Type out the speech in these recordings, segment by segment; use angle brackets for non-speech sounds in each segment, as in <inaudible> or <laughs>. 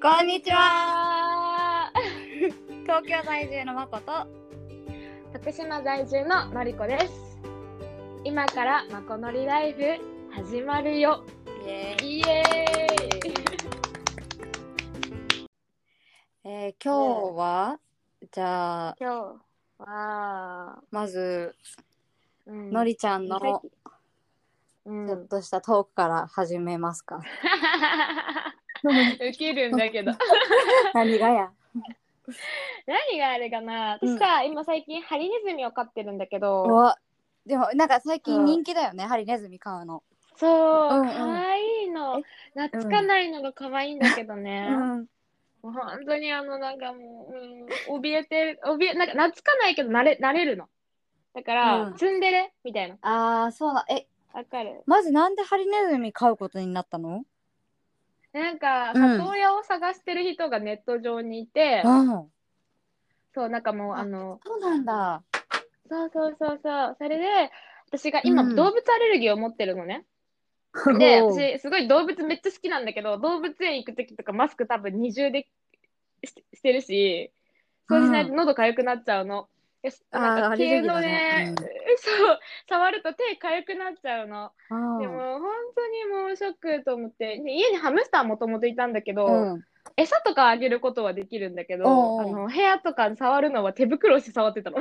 こんにちはは。東京在住のまこと徳島在住ののりこです。今からまこのりライフ始まるよ。イエーイイエーイ。えー今日はじゃあ今日は、まずうんのりちゃんのちょ <laughs> うっん。としたトークから始めますかウケるんだけど。 <laughs> 何がや何があれかな。私さ、今最近ハリネズミを飼ってるんだけど。おでもなんか最近人気だよねハリネズミ飼うのそう、うんうん可愛いのえ。懐かないのが可愛いんだけどうね。んもう本当にあの、なんかもう、うん、怯えてる、怯え、なんか懐かないけど慣れ、慣れるの。だから、うんツンデレみたいな。ああそうだえわかる。まずなんでハリネズミ飼うことになったのなんか、うん里親を探してる人がネット上にいて、あそう、なんかもう、ああの、そうなんだそうそうそうそう、それで、私が今、うん動物アレルギーを持ってるのね。で、私、すごい動物めっちゃ好きなんだけど、動物園行くときとかマスク多分二重でししてるし、そうしないと喉痒くなっちゃゃうの。よしあーなんアかレ毛ルギーだのねね、うんそう、触ると手痒くなっちゃうの。うんでも、本当にもうショックと思って、で家にハムスターもともといたんだけど、うん餌とかあげることはできるんだけど、おうおうあの部屋とか触るのは手袋して触ってたの。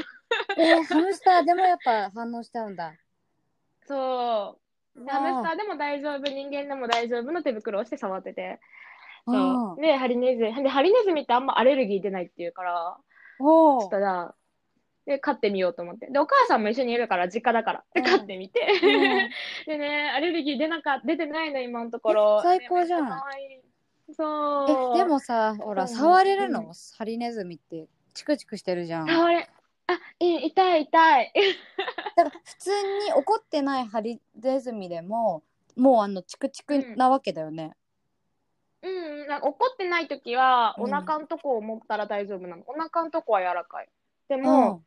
えーハムスターでもやっぱ反応しちゃうんだそう。ハムスターーでも大丈夫、人間でも大丈夫の手袋をして触ってて。うんそう。で、ハリネズミ。で、ハリネズミってあんまアレルギー出ないっていうから、おちょっーとじゃあ、で、飼ってみようと思って。で、お母さんも一緒にいるから、実家だから。で、うん飼ってみて。うん <laughs> でね、アレルギー出なか、出てないの、今のところえ。最高じゃんねめっち可愛いそう。えで、もさほらそう触れるうのハリネズミってチクチクしてるじゃんだか触れ、あ、い痛い、痛い。 <laughs> ら普通に怒ってないハリネズミでももうあのチクチクなわけだよね、うん、なんか怒ってない時は、うんお腹のとこを持ったら大丈夫なの。お腹のとこは柔らかい。でうも、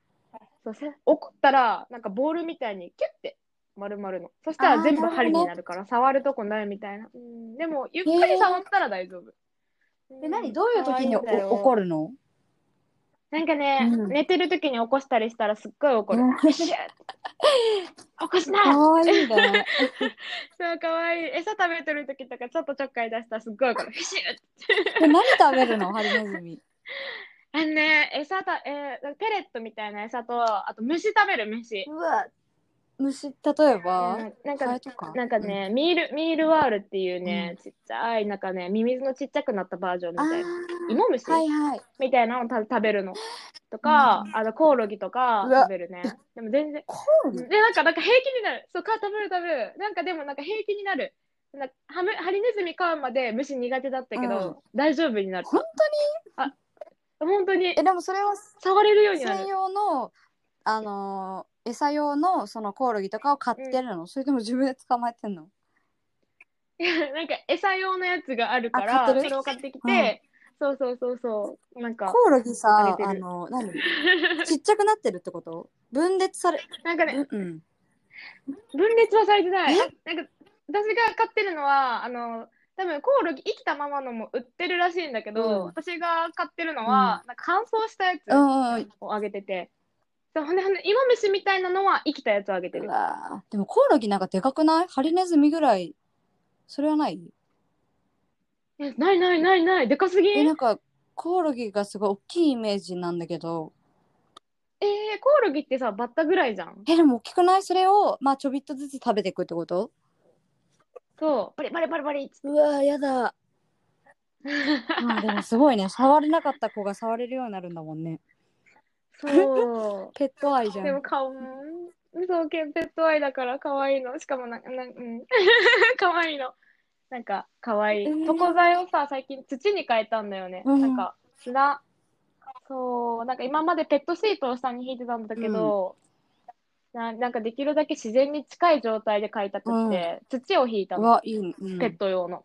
そうせ怒ったら、なんかボールみたいにキュッて丸々の。そしたあーら全部針なるほどねになるから、触るとこないみたいな。うん、でも、ゆっくり触ったら大丈夫。え何どういう時におる怒るのなんかね、うん寝てる時に起こしたりしたらすっごい怒る。 <laughs> うんシュッ起こしなかわいい <laughs> ねそう、かわいい。餌食べてる時とか、ちょっとちょっかい出したらすっごい怒る。シュッえ何食べるのハリネズミあのね、餌た、えーペレットみたいな餌と、あと虫食べる虫。うわ虫例えばうんなんハエか、とかなんかね、ミール、ミールワールっていうね、ちっちゃい、なんかね、ミミズのちっちゃくなったバージョンみあたいな。芋虫、ーはいはいみたいなのをた食べるの。とか、あの、コオロギとかうわ食べるね。でも全然。コオロギで、なんか、なんか平気になる。そう、か、食べる食べる。なんかでも、なんか平気になる。なんかハムハリネズミ飼うまで虫苦手だったけど、大丈夫になる。本当本当にえ、でもそれは触れるようにな専る。用のあのー餌用のそのコオロギとかを買ってるの、それとも自分で捕まえてんのなんか、餌用のやつがあるかあら、買っそてるれを買ってきて、そうそうそうそう。なんかコ、オロギさあげてるあの何ちっちゃくなってるってこと分裂されなんかね、 <laughs> うんうん分裂はされてない。なんか私が買ってるのはあの多分コオロギ生きたままのも売ってるらしいんだけど、うん私が買ってるのは、なんか乾燥したやうつんうんをあげてて、そうほんでほんで芋虫みたいなのは生きたやつをあげてうる。わーでもコオロギなんかでかくないハリネズミぐらいそれはないえないないないないでかすぎええーなんかコオロギがすごい大きいイメージなんだけどコオロギってさバッタぐらいじゃん。えでも大きくないそれをまあちょびっとずつ食べていくってことそうバリバリバリバリっつってうわーやだまあでもすごいね触れなかった子が触れるようになるんだもんねそう。ペット愛じゃんでも顔もそうけペット愛だから可愛いのしかもなんかなん、うん、 <laughs> 可愛いのなんか可愛いえー床材をさ最近土に変えたんだよね、うんなんか砂そうなんか今までペットシートを下に引いてたんだけど、ななんかできるだけ自然に近い状態で飼いたくって、土を引いたうのわいいね、うんペット用の、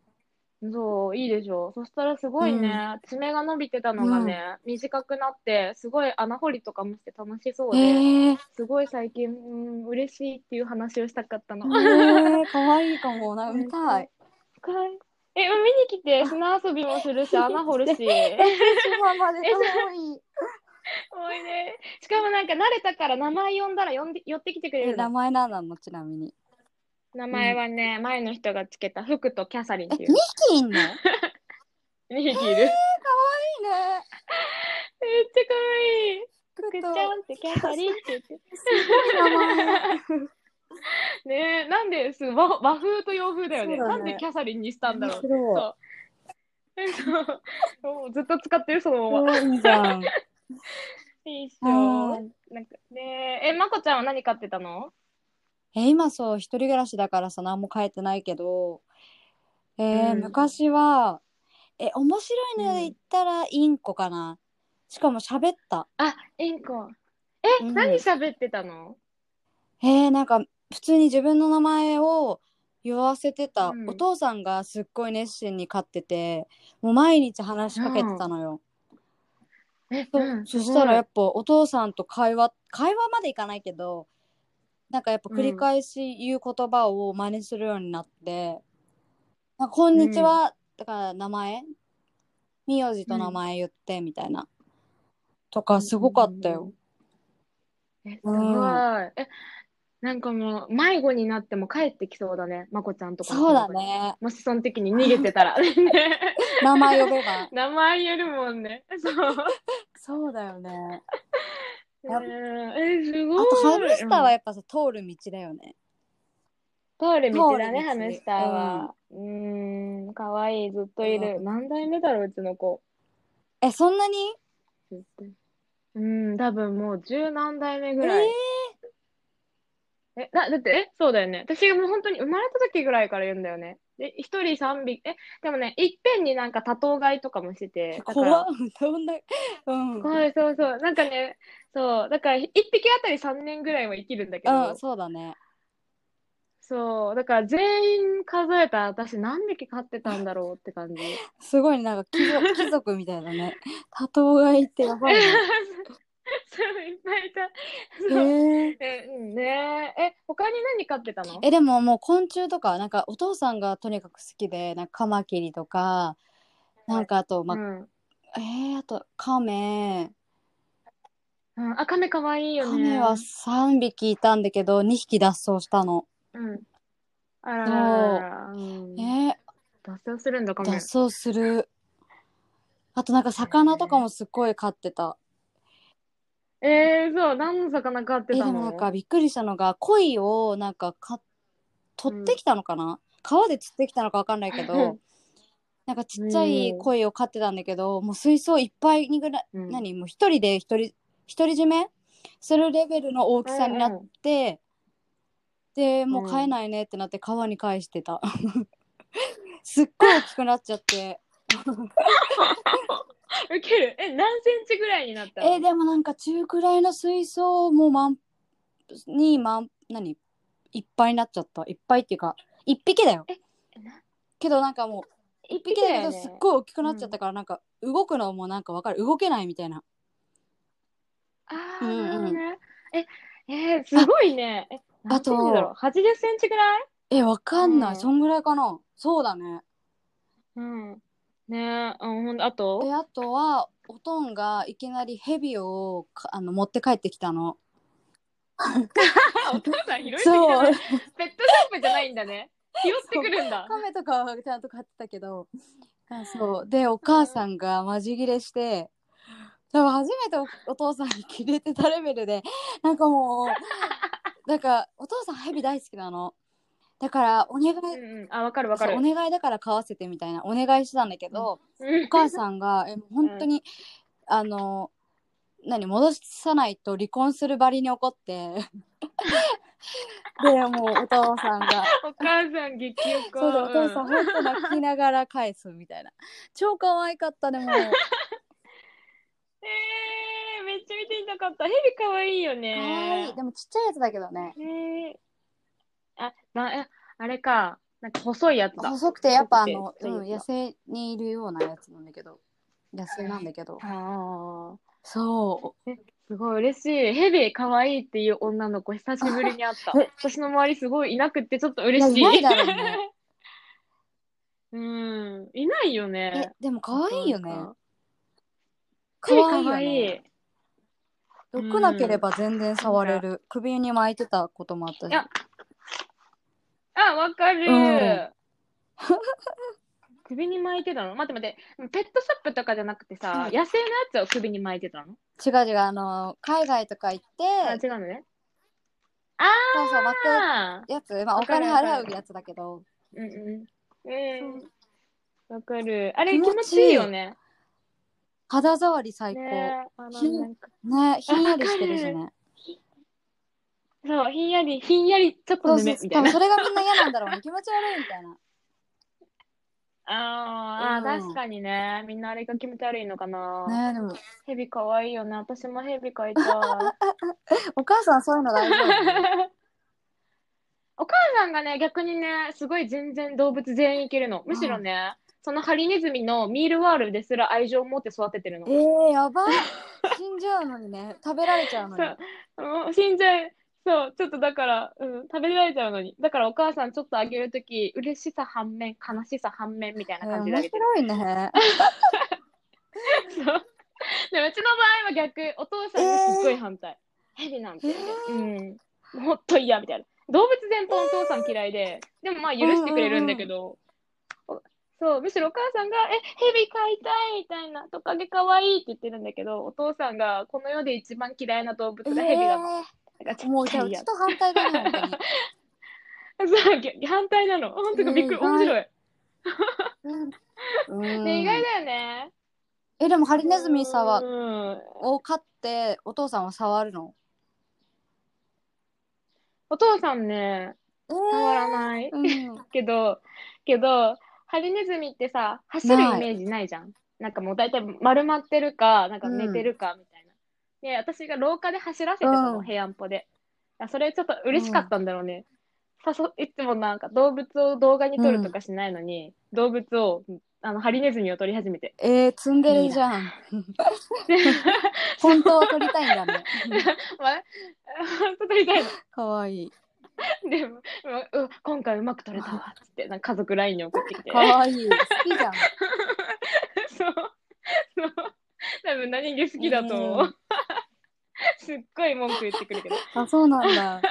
そういいでしょそしたらすごいね、爪が伸びてたのがね、短くなってすごい穴掘りとかもして楽しそうで、えー、すごい最近、うん、嬉しいっていう話をしたかったの。えー、かわいいかもな見たいかわいいえ、見に来て砂遊びもす <laughs> るし、穴掘るし。島まで遠い。おいで。しかもなんか慣れたから名前呼んだら呼んで寄ってきてくれえ、る名の。前なんなのちなみに。名前はね、前の人がつけた福とキャサリンっえ、てい二う匹いんのいいね。 2匹いる。めっちゃ可愛い。くくっちゃんってキャサリンって言って。ねえ、なんです和和風と洋風だよねそうだなねんでキャサリンにしたんだろう。面そう <laughs> そうもうずっと使ってるそのまま。白い。いいじゃん。いいっしはょ。なんかねえ、え、まこちゃんは何買ってたのえ今そう一人暮らしだからさ何も変えてないけど、えーうん昔はえ面白いのでうん言ったらインコかな、しかも喋ったあ、インコ。え、うん何喋ってたのえーなんか普通に自分の名前を言わせてた、うんお父さんがすっごい熱心に飼っててもう毎日話しかけてたのよ、え、そうそしたらやっっぱお父さんと会話会話までいかないけどなんかやっぱ繰り返し言う言葉を真似するようになって「なんかこんにちは」だから名前名字と名前言ってみたいな、とかすごかったよ。。え、すごい。え、なんかもう迷子になっても帰ってきそうだね、まこちゃんとかのそうだ方に。ねもしその時に逃げてたら。 <laughs> ね名前呼べば名前言えるもんね。そう。 <laughs> そうだよねえやー、えすあごい。とハムスターはやっぱさ通る道だよね通る道だね、通る道ハムスターは。うーん、かわいい、ずっといる。う何代目だろう、うちの子。えそんなにずっとうん、多分もう十何代目えぐらい。え、だ、だって、え、そうだよね。私がもう本当に生まれた時ぐらいから言うんだよね。で、一人三匹、え、でもね、いっぺんになんか多頭飼いとかもしてて、ーだから怖っ <laughs> どんなうん、うはい、そうそう。なんかね、そう、だから一匹あたり3年ぐらいは生きるんだけど、ん、そうだねそう、だから全員数えたら私何匹飼ってたんだろうって感じ。すごいねなんか貴族 <laughs> 貴族みたいだね多頭がいてや <laughs> ばいねそう、いっぱいいた。へそう。ーえ、うんねえ、え、他に何飼ってたのえでももう昆虫とかなんかお父さんがとにかく好きでなんかカマキリとかなんかあと、まうん。えー、あとカメうん、あ、カメかわいいよカね。メは3匹いたんだけど2匹脱走したの、うん。あららららうんえー脱走するんだ、カ脱メ。走するあとなんか魚とかもすっごい飼ってた、えー、そう、何の魚飼ってえでたもなんのかびっくりしたのが鯉をなんかか取ってきたのかな、川で釣ってきたのかわかんないけ <laughs> どなんかちっちゃい鯉を飼ってたんだけど、もう水槽いっぱいにぐらい、うん何もう一人で一人独り占めするレベルの大きさになうんっうんて、でもううん飼えないねってなって川に返してた <laughs> すっごい大きくなっちゃってウケる。え、何センチぐらいになったのえでもなんか中くらいの水槽をもう満に満何いっぱいになっちゃったいっぱいっていうか一匹だよなけどなんかもう一一匹だけどすっね。ごい大きくなっちゃったからなんか動くのもなんかわかる動けないみたいなああ、うんうんなるほどね。え、えー、すごいね。え、何あセとンチだろう ?80 センチぐらいえわかんない、うんそんぐらいかなそうだねうん。ねえ、うん、ほんとあとであとはおとんがいきなりヘビをかあの持って帰ってきたのあ、 <laughs> お父さん拾いすぎだそうね。ペットショップじゃないんだね。拾ってくる <laughs> んだ。カメとかはちゃんと買ってたけどあそうでお母さんがまじ切れして多分初めておお父さんに切れてたレベルでなんかもうなんかお父さんヘビ大好きなのだからお願い、うんうん。あ、わかるわかそうるお。願いだから買わせてみたいなお願いしてたんだけど、うおん母さんがえ本当に、あの何戻さないと離婚するばりに怒って <laughs> でもうお父さんがお母さん激怒。そうだ、お父さん、う本当泣きながら返すみたいな。 <laughs> 超可愛かったね、もう。えー、めっちゃ見てみたかった。ヘビ可愛いよね。可愛い。でもちっちゃいやつだけどね。えー、あ、な、えあれか。なんか細いやつだ。細くて、やっぱあの細、くてうん、野生にいるようなやつなんだけど。野生なんだけど。ああ。そすごい嬉しい。ヘビ可愛いっていう女の子、久しぶりに会った。え私の周りすごいいなくって、ちょっと嬉しい。いやいないだろうね <laughs> うん。いないよねえ。、でも可愛いよね。なんか。可愛いよ可愛いね。毒なければ全然触れる。首に巻いてたこともあったいし。やあ、わかる。うん首に巻いてたの待って待って。ペットショップとかじゃなくてさ、うん野生のやつを首に巻いてたの違う違う、あの、海外とか行って、あ、違うのね。そうそう、巻くああ。やつ、まあ、おわかる金わかる払うやつだけど、うんうん。うん。わかる。あれ気持ち気いい持ちいいよね。肌触り最高。ねねあひんのなんかひんやりしてるしね。そう、ひんやり、ひんやり、ちょっそとうぬそうめ、み多た分いな。それがみんな嫌なんだろうね。気 <laughs> 持ち悪いみたいな。あーあー、うん確かにね。みんなあれが気持ち悪いのかな。ねえ、でも、ヘビかわいいよね。私もヘビ飼いたい。お母さんそういうの大丈 <laughs> 夫。お母さんがね、逆にね、すごい全然動物全員いけるの。むしろね、そのハリネズミのミールワールですら愛情を持って育ててるの。ええやばい。死んじゃうのにね、食べられちゃうのに。そう、死んじゃう。そう、ちょっとだから、うん、食べられちゃうのに。だからお母さんちょっとあげるとき、嬉しさ反面、悲しさ反面みたいえなー感じであ面げてる。白い <laughs> ね。そう。でもうちの場合は逆、お父さんがすっごい反対。ヘビなんて、えうん。もっと嫌みたいな。動物全般お父さん嫌いで、でもまあ許してくれるんだけど、おそう、むしろお母さんが、え、ヘビ飼いたいみたいな、トカゲかわいいって言ってるんだけど、お父さんが、この世で一番嫌いな動物えがヘビだの。なんえかもうちじっゃあちゃういやちと反対だね、本つ。そう、ぎ反対なの。本当にびっくり、うん面白い。当に。うん <laughs> ね、意外だよね。え、でもハリネズミさは、うんを飼って、お父さんは触るの。お父さんね、え触らない。ーうん。けど、けど、ハリネズミってさ、走るイないメージないじゃん。なんかもう大体丸まってるか、なんか寝てるかみたいな。で、私が廊下で走らせてたうんの、部屋んぽで。あそれちょっと嬉しかったんだろうね。さそいつもなんか動物を動画に撮るとかしないのに、動物を、あの、ハリネズミを撮り始めて。えー、ツンデレじゃん。 <laughs> 本当は撮りたいんだね。 <laughs> まあ、撮りたいの。かわいい。でも、うう今回うまく撮れたわ、つって、なんか家族 LINE に送ってきて。かわいい。好き <laughs> じゃん。そう。そう。多分何気好きだと思う。う <laughs> すっごい文句言ってくるけど。あ、そうなんだ。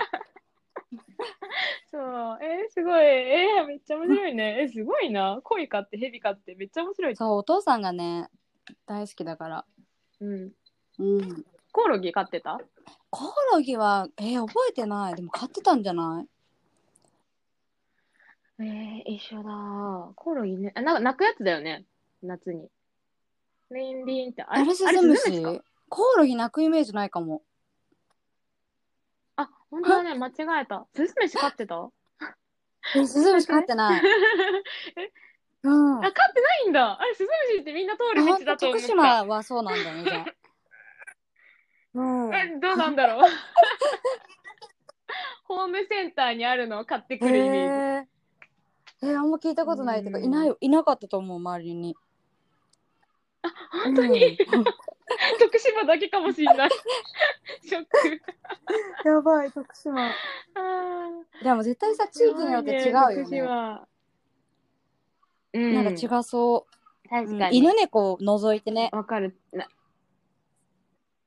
そう。えーすごい。えーめっちゃ面白いね。えーすごいな。恋飼って、ヘビ飼って、めっちゃ面白い。そう、お父さんがね、大好きだから。うん。うん。コオロギ飼ってたコオロギは、えー覚えてない。でも飼ってたんじゃないえー、一緒だ。コオロギね。あ、なんか泣くやつだよね。夏に。リンリンって。ああれスズあれムスズシムかコオロギ鳴くイメージないかも。あ、本当だね。間違えた。スズメシ飼って <laughs> たあ、えスズムシ飼ってない。うん。飼ってないんだ。あれ、スズメシってみんな通る道だと思徳った。島はそうなんだね、 <laughs> じゃあ。うん。えどうなんだろうホームセンターにあるのを買ってくるイメージ。へえー、あんま聞いたことないっていうか、うんいない、いなかったと思う、周りに。あ、本当に、徳島だけかもしれない。ショック。 <laughs> やばい、徳島。あーでも絶対さ、地域によって違うよね。すごい徳島。なんかう。違そう。確うかんに。犬猫を除いてね。わかる。な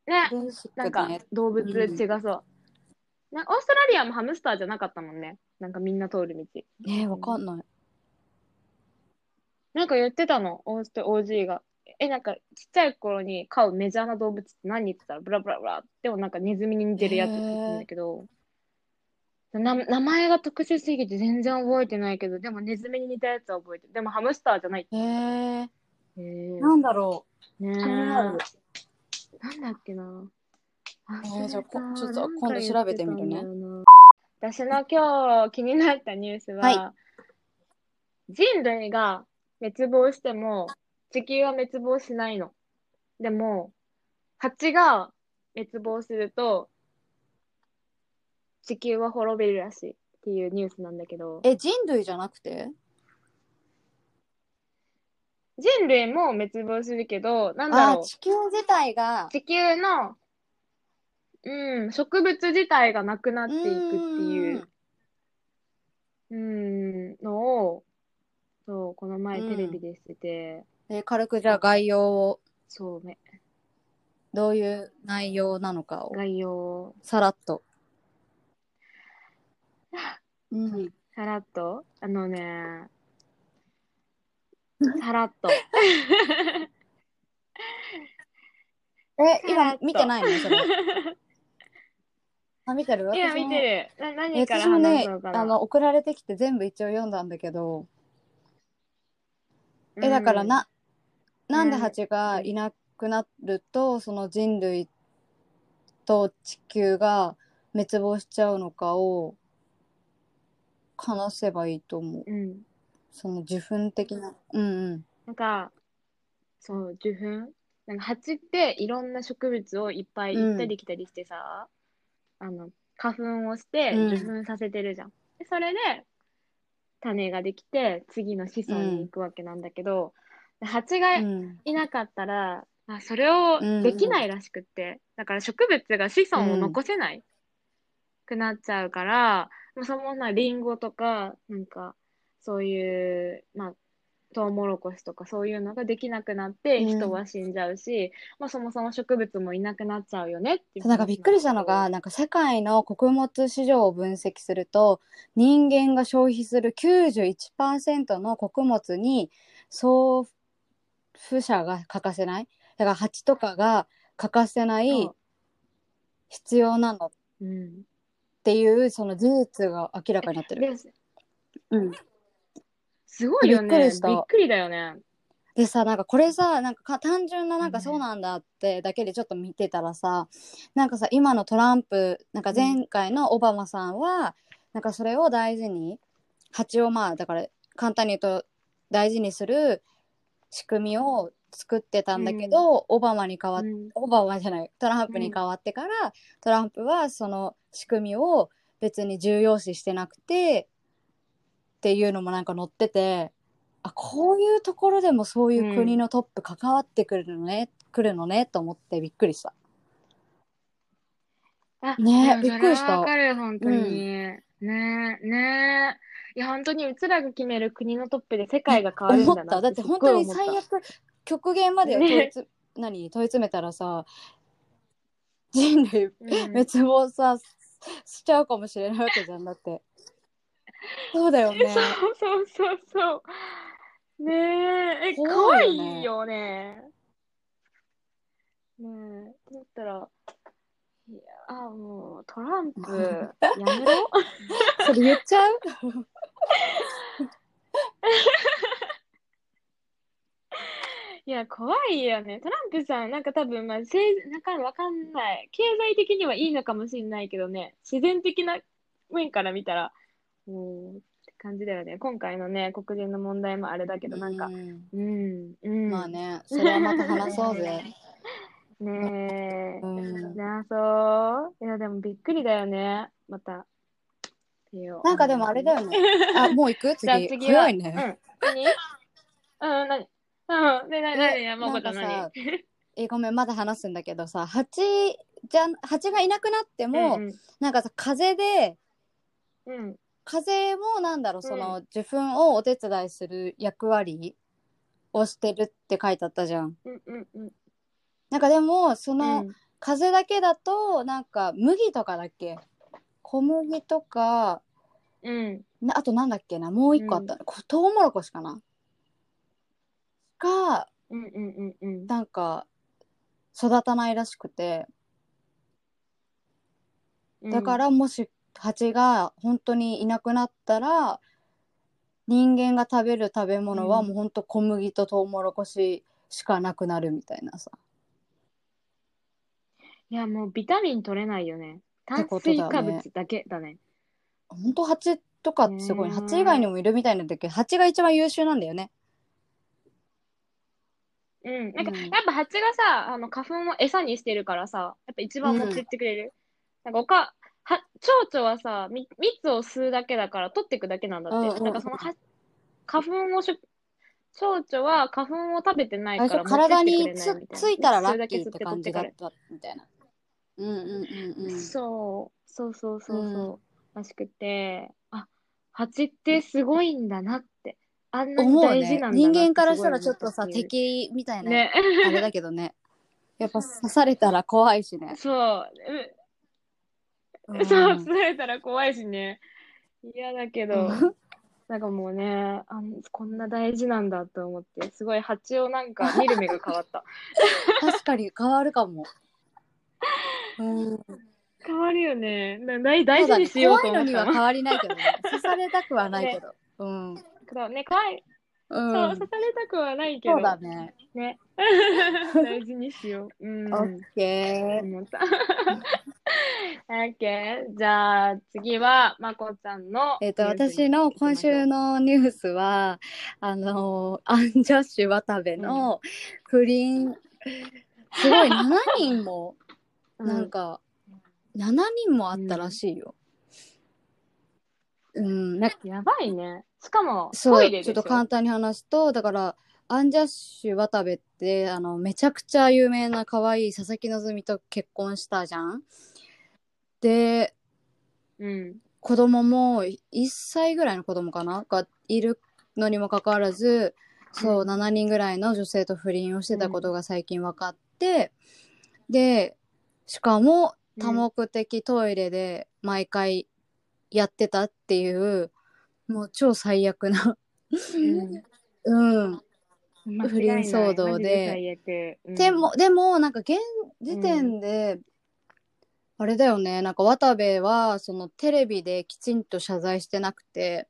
ね、ベーシックなんだかね。動物違そう。なオーストラリアもハムスターじゃなかったもんね。なんかみんな通る道。ねえ、わかんない。なんか言ってたの、オースト OG が。え、なんか、ちっちゃい頃に飼うメジャーな動物って何って言ったら、ブラブラブラ。でもなんかネズミに似てるやつって言ってたんだけど、な名前が特殊すぎて全然覚えてないけど、でもネズミに似たやつは覚えてる。でもハムスターじゃない。へえへー、ーなんだろねえ。う。気にななんるだっけな。えー忘れたじゃあこちょっと今度調べてみるね。なんか言ってたんだよな私の今日気になったニュースは、は人類が滅亡しても地球は滅亡しないの。でも、蜂が滅亡すると地球は滅びるらしいっていうニュースなんだけど、え、人類じゃなくて人類も滅亡するけど、なんだあろうー、地球自体が。地球の、うん、植物自体がなくなっていくっていう。ーん。うーんのを、そう、この前うんテレビでしてて、えー軽くじゃあ概要をそうめ、どういう内容なのかを概要をさらっ <laughs> と。うん、さらっと、あの <laughs> ね、さらっと。えさら今っと見てないのそ <laughs> れあ見てる私今も見てる。なえ何から私も話ねすのかなあの送られてきて全部一応読んだんだけど、えだから、ななんでハチがいなくなると、その人類と地球が滅亡しちゃうのかを話せばいいと思ううんうん。その受粉的なうんうんなんか、そう、受粉なんか蜂っていろんな植物をいっぱい行ったり来たりしてさ、あの、花粉をしてうん受粉させてるじゃん。でそれで、種ができて、次の子孫に行くわけなんだけど、で蜂がうんいなかったら、あそれをできないらしくって、だから植物が子孫を残せないくなっちゃうから、もうそのなリンゴとかなんかそういうまあトウモロコシとかそういうのができなくなってうん人は死んじゃうし、まあ、そもそも植物もいなくなっちゃうよねっていうそうなんかびっくりしたのがなんか世界の穀物市場を分析すると人間が消費する91%の穀物に送付者が欠かせないだから蜂とかが欠かせなそいう必要なのっうん、ていうその事実が明らかになってる。ですうん、すごいよねびっくびっりしたくりだよねでさなんかこれさなんかか単純ななんかうんそうなんだってだけでちょっと見てたらさなんかさ今のトランプなんか前回のオバマさんはなんかそれを大事に蜂をまあだから簡単に言うと大事にする仕組みを作ってたんだけど、オバマに代わっうんオバマじゃないトランプに変わってから、トランプはその仕組みを別に重要視してなくてっていうのもなんか載っててあこういうところでもそういう国のトップ関わってくるのね、来るのねと思ってびっくりした。あねでびもそれはっくりしたわかる、本当に。ねえ、ねえ。いや、本当にうちらが決める国のトップで世界が変わるん思だっなただってすご本い当に思った最悪極限まで問いねつ、 <laughs> 何問い詰めたらさ人類うん滅亡さ、しちゃうかもしれないわけじゃんだって。そうだよね。 <laughs> そうそうそうそう。ねえ、え、怖怖いよねいよね。ねえ、だったら、いや、あもう、トランプ、やめろ。それ言っちゃういや、怖いよね。トランプさん、なんか多分、まあ、せい、なんかわかんない。経済的にはいいのかもしれないけどね、自然的な面から見たら、うん、って感じだよね。今回のね、黒人の問題もあれだけど、なんか、うん、うん。まあ。ね、それはまた話そう <laughs> ぜ。ねえ。うんなあ、そう。いや、でもびっくりだよね。また。っていうなんかでもあれだよね。あ、もう行くじゃあ次。次は早いね。うん。何 <laughs> うん、何うん、で、な、な、な、もうなことんか何さ、え、ごめん、まだ話すんだけどさ、蜂じゃん、蜂がいなくなっても、うんなんかさ、風で、うん、うん。風もなんだろう、その、う受粉をお手伝いする役割をしてるって書いてあったじゃん。うん、うん、うん。なんかでも、その、うん風だけだと、なんか麦とかだっけ小麦とか、うん。なあとなんだっけなもう一個あった、こトウモロコシかながうんうんうんうん。なんか育たないらしくてだからもし蜂が本当にいなくなったら人間が食べる食べ物はうんもう本当小麦とトウモロコシしかなくなるみたいなさ、いや、もうビタミン取れないよね。て炭ことだ水ね化物だけだね。本当蜂とかってすごいねうん蜂以外にもいるみたいなんだけど蜂が一番優秀なんだよねうん。なんか、うんやっぱ蜂がさ、あの、花粉を餌にしてるからさ、やっぱ一番持ってってくれる。なんか、おか、は、蝶々はさ、み、蜜を吸うだけだから、取っていくだけなんだって。うんうんだから、そのは、花粉をしょ、蝶々は花粉を食べてないあれかでしらょ持ってっ体てくにれないつみたいな。ついたらラ吸うッだキけー吸っってて取感っじてだかっれる。たみたいなうんうんうんうんそう、そうそうそうそう、らしくて、あ、蜂ってすごいんだなって。あんなに思う大事ねなんだなってすごい思人間からしたらちょっとさ私敵みたいな、ね。あれだけどねやっぱ刺されたら怖いしね、そう。うん <laughs> そう、釣られたら怖いしね。嫌だけど、なんかもうねあん、こんな大事なんだと思って、すごい蜂をなんか見る目が変わった。確かに変わるかも。うん、変わるよね。な大そ大うだ事ねにしようと怖いの思っにたはの。変わりないけどね。刺されたくはないけど。うん。うん。そうね、怖い。そう、刺されたくはないけど。そうだね。ね。大事にしよう。うん。オッケー。思 <laughs> った。OK。じゃあ次は、まこちゃんの。えっ、と、私の今週の。のニュースは、あのーアンジャッシュ渡部の不倫、すごい7人も、うんなんか、7人もあったらしいよ。うん、なんかやばいね。しかも、そトう、イレでちょっしょと簡単に話すと、だから、アンジャッシュ渡部って、あの、めちゃくちゃ有名な可愛い佐々木希と結婚したじゃん。で、うん。子供も1歳ぐらいの子供かながいるのにもかかわらず、そう、うん7人ぐらいの女性と不倫をしてたことが最近分かって、で、しかも多目的トイレで毎回やってたっていう、もう超最悪な、うん、間違いない不倫騒動で。マジ最悪うんでも、でも、なんか現時点で、あれだよね、なんか渡部は、そのテレビできちんと謝罪してなくて、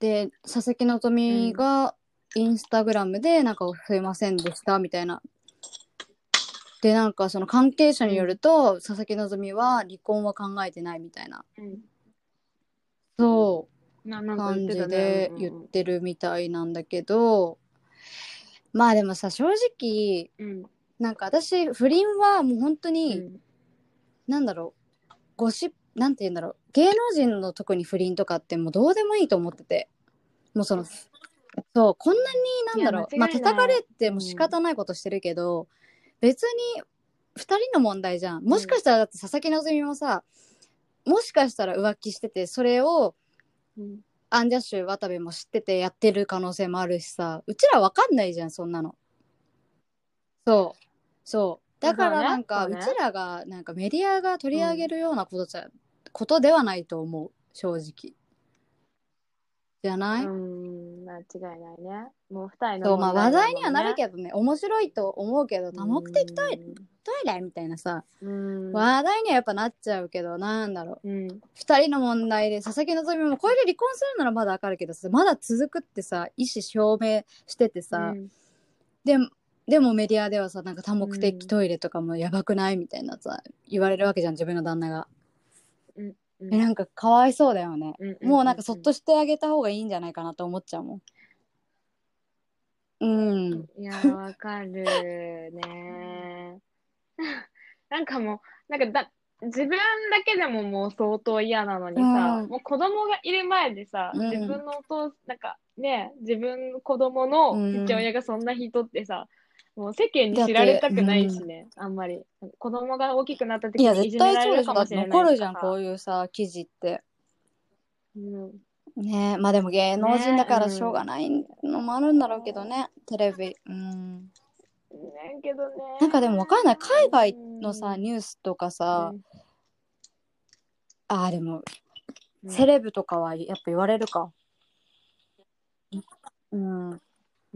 で、佐々木希がインスタグラムで、なんかすいませんでした、みたいな。で、なんかその関係者によると、佐々木希は離婚は考えてないみたいな、うんそう、ななんか感言ってじたねで言ってるみたいなんだけど、まあでもさ正直うんうんなんか私不倫はもう本当うんに、なんだろうゴシップなんて言うんだろう芸能人の特に不倫とかってもうどうでもいいと思っててもうそのそうこんなになんだろういまやあ間違いない叩かれても仕方ないことしてるけど、別に2人の問題じゃんもしかしたらだって佐々木希もさもしかしたら浮気しててそれをうんアンジャッシュ渡部も知っててやってる可能性もあるしさうちらわかんないじゃんそんなのそうそうだからなんかそうう,、ねちらがなんかメディアが取り上げるようなことじゃ、ことではないと思う正直じゃない、うん間違いないねもう二人そのうまあ話題にはなるけどね面白いと思うけど多目的トイレレトイレみたいなさ、うん話題にはやっぱなっちゃうけどなんだろううん2人の問題で佐々木希もこれで離婚するならまだわかるけどさまだ続くってさ意思表明しててさ、うんででもメディアではさなんか多目的トイレとかもやばくないみたいなさ言われるわけじゃん自分の旦那が、うんえなんかかわいそうだよね、うんもうなんかそっとしてあげた方がいいんじゃないかなと思っちゃうもんうん、いやー、わかるね。 <laughs> なんかもう、なんかだ、自分だけでももう相当嫌なのにさ、うんもう子供がいる前でさ、うん自分のお父、なんかね、自分の子供の父親がそんな人ってさ、もう世間に知られたくないしね、あんまり。子供が大きくなった時いやにい絶じ対めらそうでれるしょかだもっしてれないとか残さ。るじゃんこういうさ記事ってうんねまあでも芸能人だからねしょうがないのもあるんだろうけどねテレビうんねけどね。なんかでもわかんない海外のさニュースとかさ、あーでもうんセレブとかはやっぱ言われるかうん、う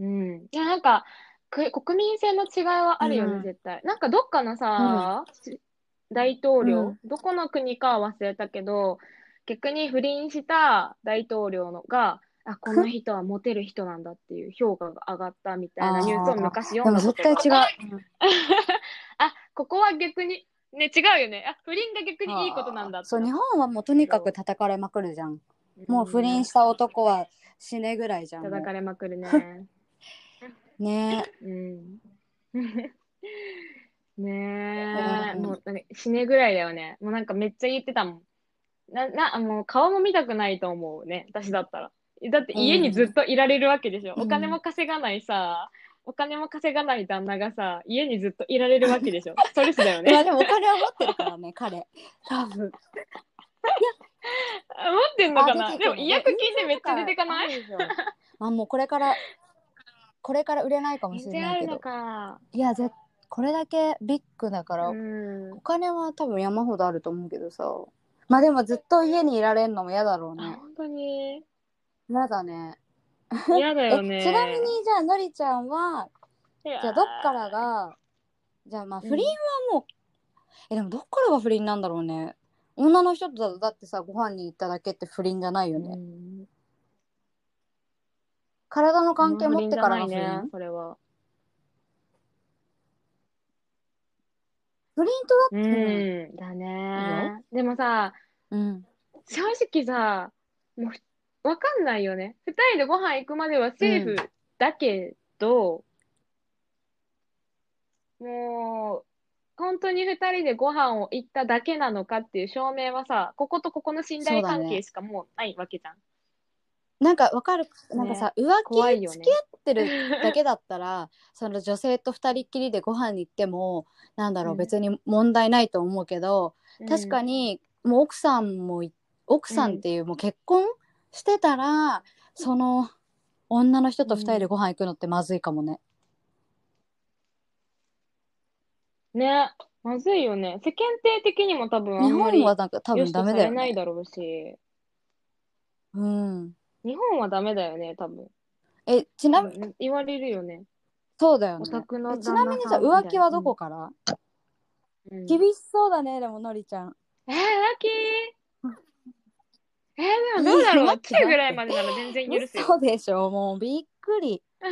ん。いや、なんか、く国民性の違いはあるよね、うん絶対。なんか、どっかのさ、し大統領、どこの国かは忘れたけど、逆に不倫した大統領のが、あ、この人はモテる人なんだっていう評価が上がったみたいなニュースを昔読でんもだこ絶とが対違う、 <laughs> あ、ここは逆に、ね、違うよね。あ、不倫が逆にいいことなんだあっーて。そう日本はもうとにかく叩かれまくるじゃんもう不倫しした男は死ねぐらいじゃんも叩かうれまくるね。 <laughs> ねうん。ねえ、うんもうなんか死ねぐらいだよね。もうなんかめっちゃ言ってたもん。な、な、もう顔も見たくないと思うね。私だったら。だって家にずっといられるわけでしょ。うんお金も稼がないさ、お金も稼がない旦那がさ、家にずっといられるわけでし <laughs> ょ。ストレスだよいやね。でもお金は持ってるからね彼多分持ってんのかあな出てでくもるね医薬金でめっちゃ出てかないいいじゃんあもうこれからこれから売れないかもしれ <laughs> ないけどか。いやぜこれだけビッグだから、うんお。金は多分山ほどあると思うけどさまあでもずっと家にいられるのも嫌だろうあね本 <laughs> 当に。嫌だね嫌だえよね。ちなみにじゃあのりちゃんはじじゃあどっからがじゃあまあ不倫はもう、えでもどっからが不倫なんだろうね女の人とだとだってさご飯に行っただけって不倫じゃないよね、うん体の関係持ってからの不倫不倫じゃないね、それは。不倫とうだってん。だね。でもさ、うん、正直さ、もうふ、わかんないよね。二人でご飯行くまではセーフだけど、もう、本当に二人でご飯を行っただけなのかっていう証明はさ、こことここの信頼関係しかもうないわけじゃん。なんかわかるなんかさ、怖浮気いによね付き合ってるだ <laughs> けだったら、その女性と二人っきりでご飯に行ってもなんだろう、うん別に問題ないと思うけど、確かに。にもう奥さんもい奥さんっていう、もう結婚してたらその女の人と二人でご飯行くのってまずいかもね。ね。まずいよね。世間体的にも多分あ日んまり本は良なんか多分しダとメさだよれないね。だろうし、うん、日本はダメだよね、多分。えちなみに、うん言われるよね。そうだよおね。宅のえちなみにじゃあ旦那さん浮気はどこから、みたいなうん厳しそうだねでものりちゃん。えー、浮 <laughs> 気えー、でもどうだいいろよう中ぐらいまでなら全然許すよ。嘘でしょもうびっくり。 <laughs>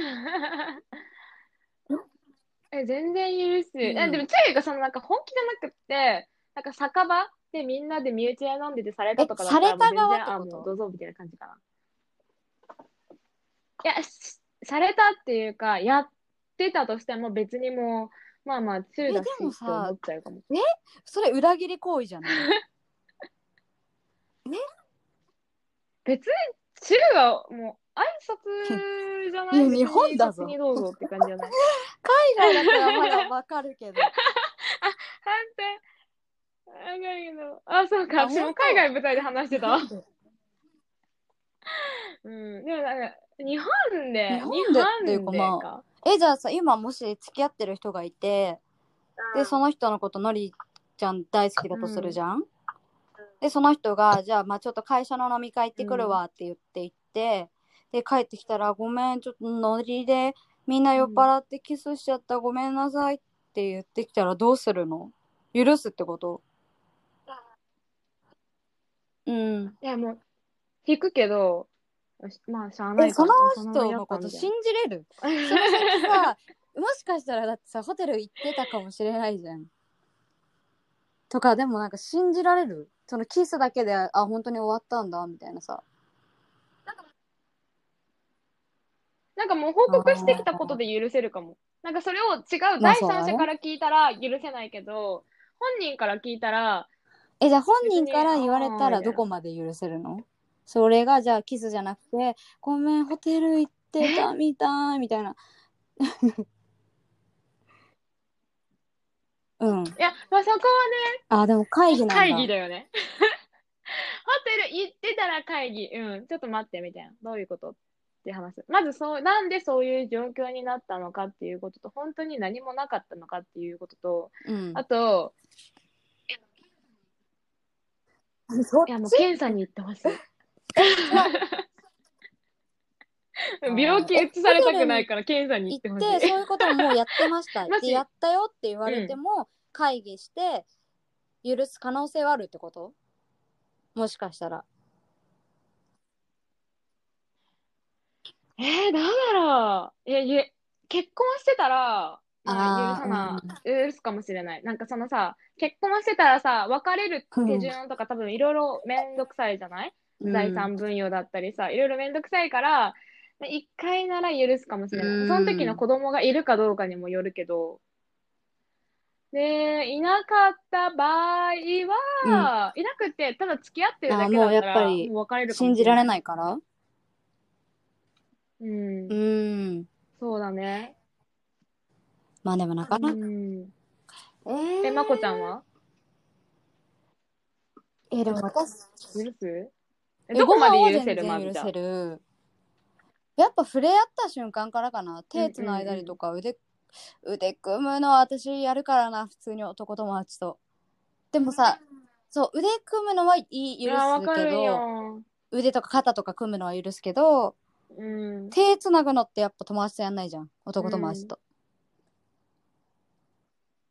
え、全然許す。うんえでも中がそのなんか本気じゃなくって、なんか酒場でみんなで身内で飲んでてされたとかだったらえされたも側っう全てこと然、あ、もうどうぞみたいな感じかな。いや、しされたっていうか、やってたとしても別にもう、まあまあ中だしえでもさと思っちゃうかも。それ裏切り行為じゃない。別に中はもう挨拶じゃないいや日本だぞ別にどうぞって感じじゃない。海外だったらまだわかるけど。反対。わかるけど。あ、そうか。あ私も本当海外舞台で話してた <laughs> わ。うん。でもなんか、日本で、日本でっていうか日本でかえじゃあさ今もし付き合ってる人がいてでその人のことのりちゃん大好きだとするじゃん。でその人がじゃあまあちょっと会社の飲み会行ってくるわって言って行って、で帰ってきたらごめんちょっとノリでみんな酔っ払ってキスしちゃった、ごめんなさいって言ってきたらどうするの許すってことうん。いや、もう、引くけど、しまあ、しゃあなえいそかのら人のこと信 <laughs> そじれるのままやそっのたみたいな先さもしかしたらだってさホテル行ってたかもしれないじゃん。とかでもなんか信じられるそのキスだけであ本当に終わったんだみたいなさなんかもう報告してきたことで許せるかも。なんかそれを違う第三者から聞いたら許せないけど、本人から聞いたら、えじゃあ本人から言われた別にあーみたいらなどこまで許せるのそれがじゃあキスじゃなくてごめんホテル行ってたみたいみたいな <laughs> うんいや、まあ、そこはね、あでも会議なんだ会議だよね。 <laughs> ホテル行ってたら会議。うん。ちょっと待って、みたいな。どういうことって話す。まずそう、なんでそういう状況になったのかっていうことと、本当に何もなかったのかっていうことと、うんあと、そっいや、もうち検査に行っ <laughs> てほしい。病気移されたくないから検査に行行ってほっしい。てそういうことをもうやってました <laughs> もしでやったよって言われても、会議して許す可能性はあるってこともしかしたらえー、どうだろういやいや、結婚してたら、まあーあ、許さない、許すかもしれない。なんかそのさ、結婚してたらさ、別れる手順とか多分いろいろめんどくさいじゃない、財産分与だったりさ、いろいろめんどくさいから、まあ一回なら許すかもしれない。うんその時の子供がいるかどうかにもよるけど、で、いなかった場合は、いなくて、ただ付き合ってるだけだったら、あーもうやっぱりもう別れるかも信しじられない。ないからうんう、んそうだね。まあでもなかなか、うんええ、まこちゃんはえでも私許すえどこまで許せるご飯はま全然みちゃ許せ。んるやっぱ触れ合った瞬間からかな手つないだりとか腕,、腕組むのは私やるからな普通に男友達とでもさそう腕組むのはいいい許や、わすかけるどよ。腕とか肩とか組むのは許すけどうん。手つなぐのってやっぱ友達とやんないじゃん男友達と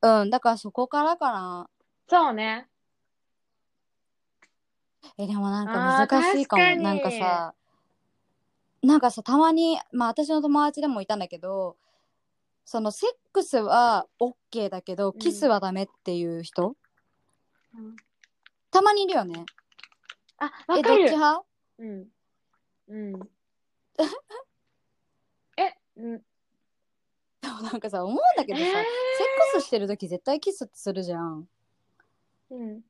うん、だからそこからかなそうね。えでもなんあーか難しいかも確かになんかさなんかさたまにまあ私の友達でもいたんだけどそのセックスは OK だけどんキスはダメっていう人、うんたまにいるよねあ、えわどかっちる。派 <laughs> うん。うん。え、 <laughs> うんでもなんかさ思うんだけどさ、えーセックスしてる時絶対キスするじゃんうん。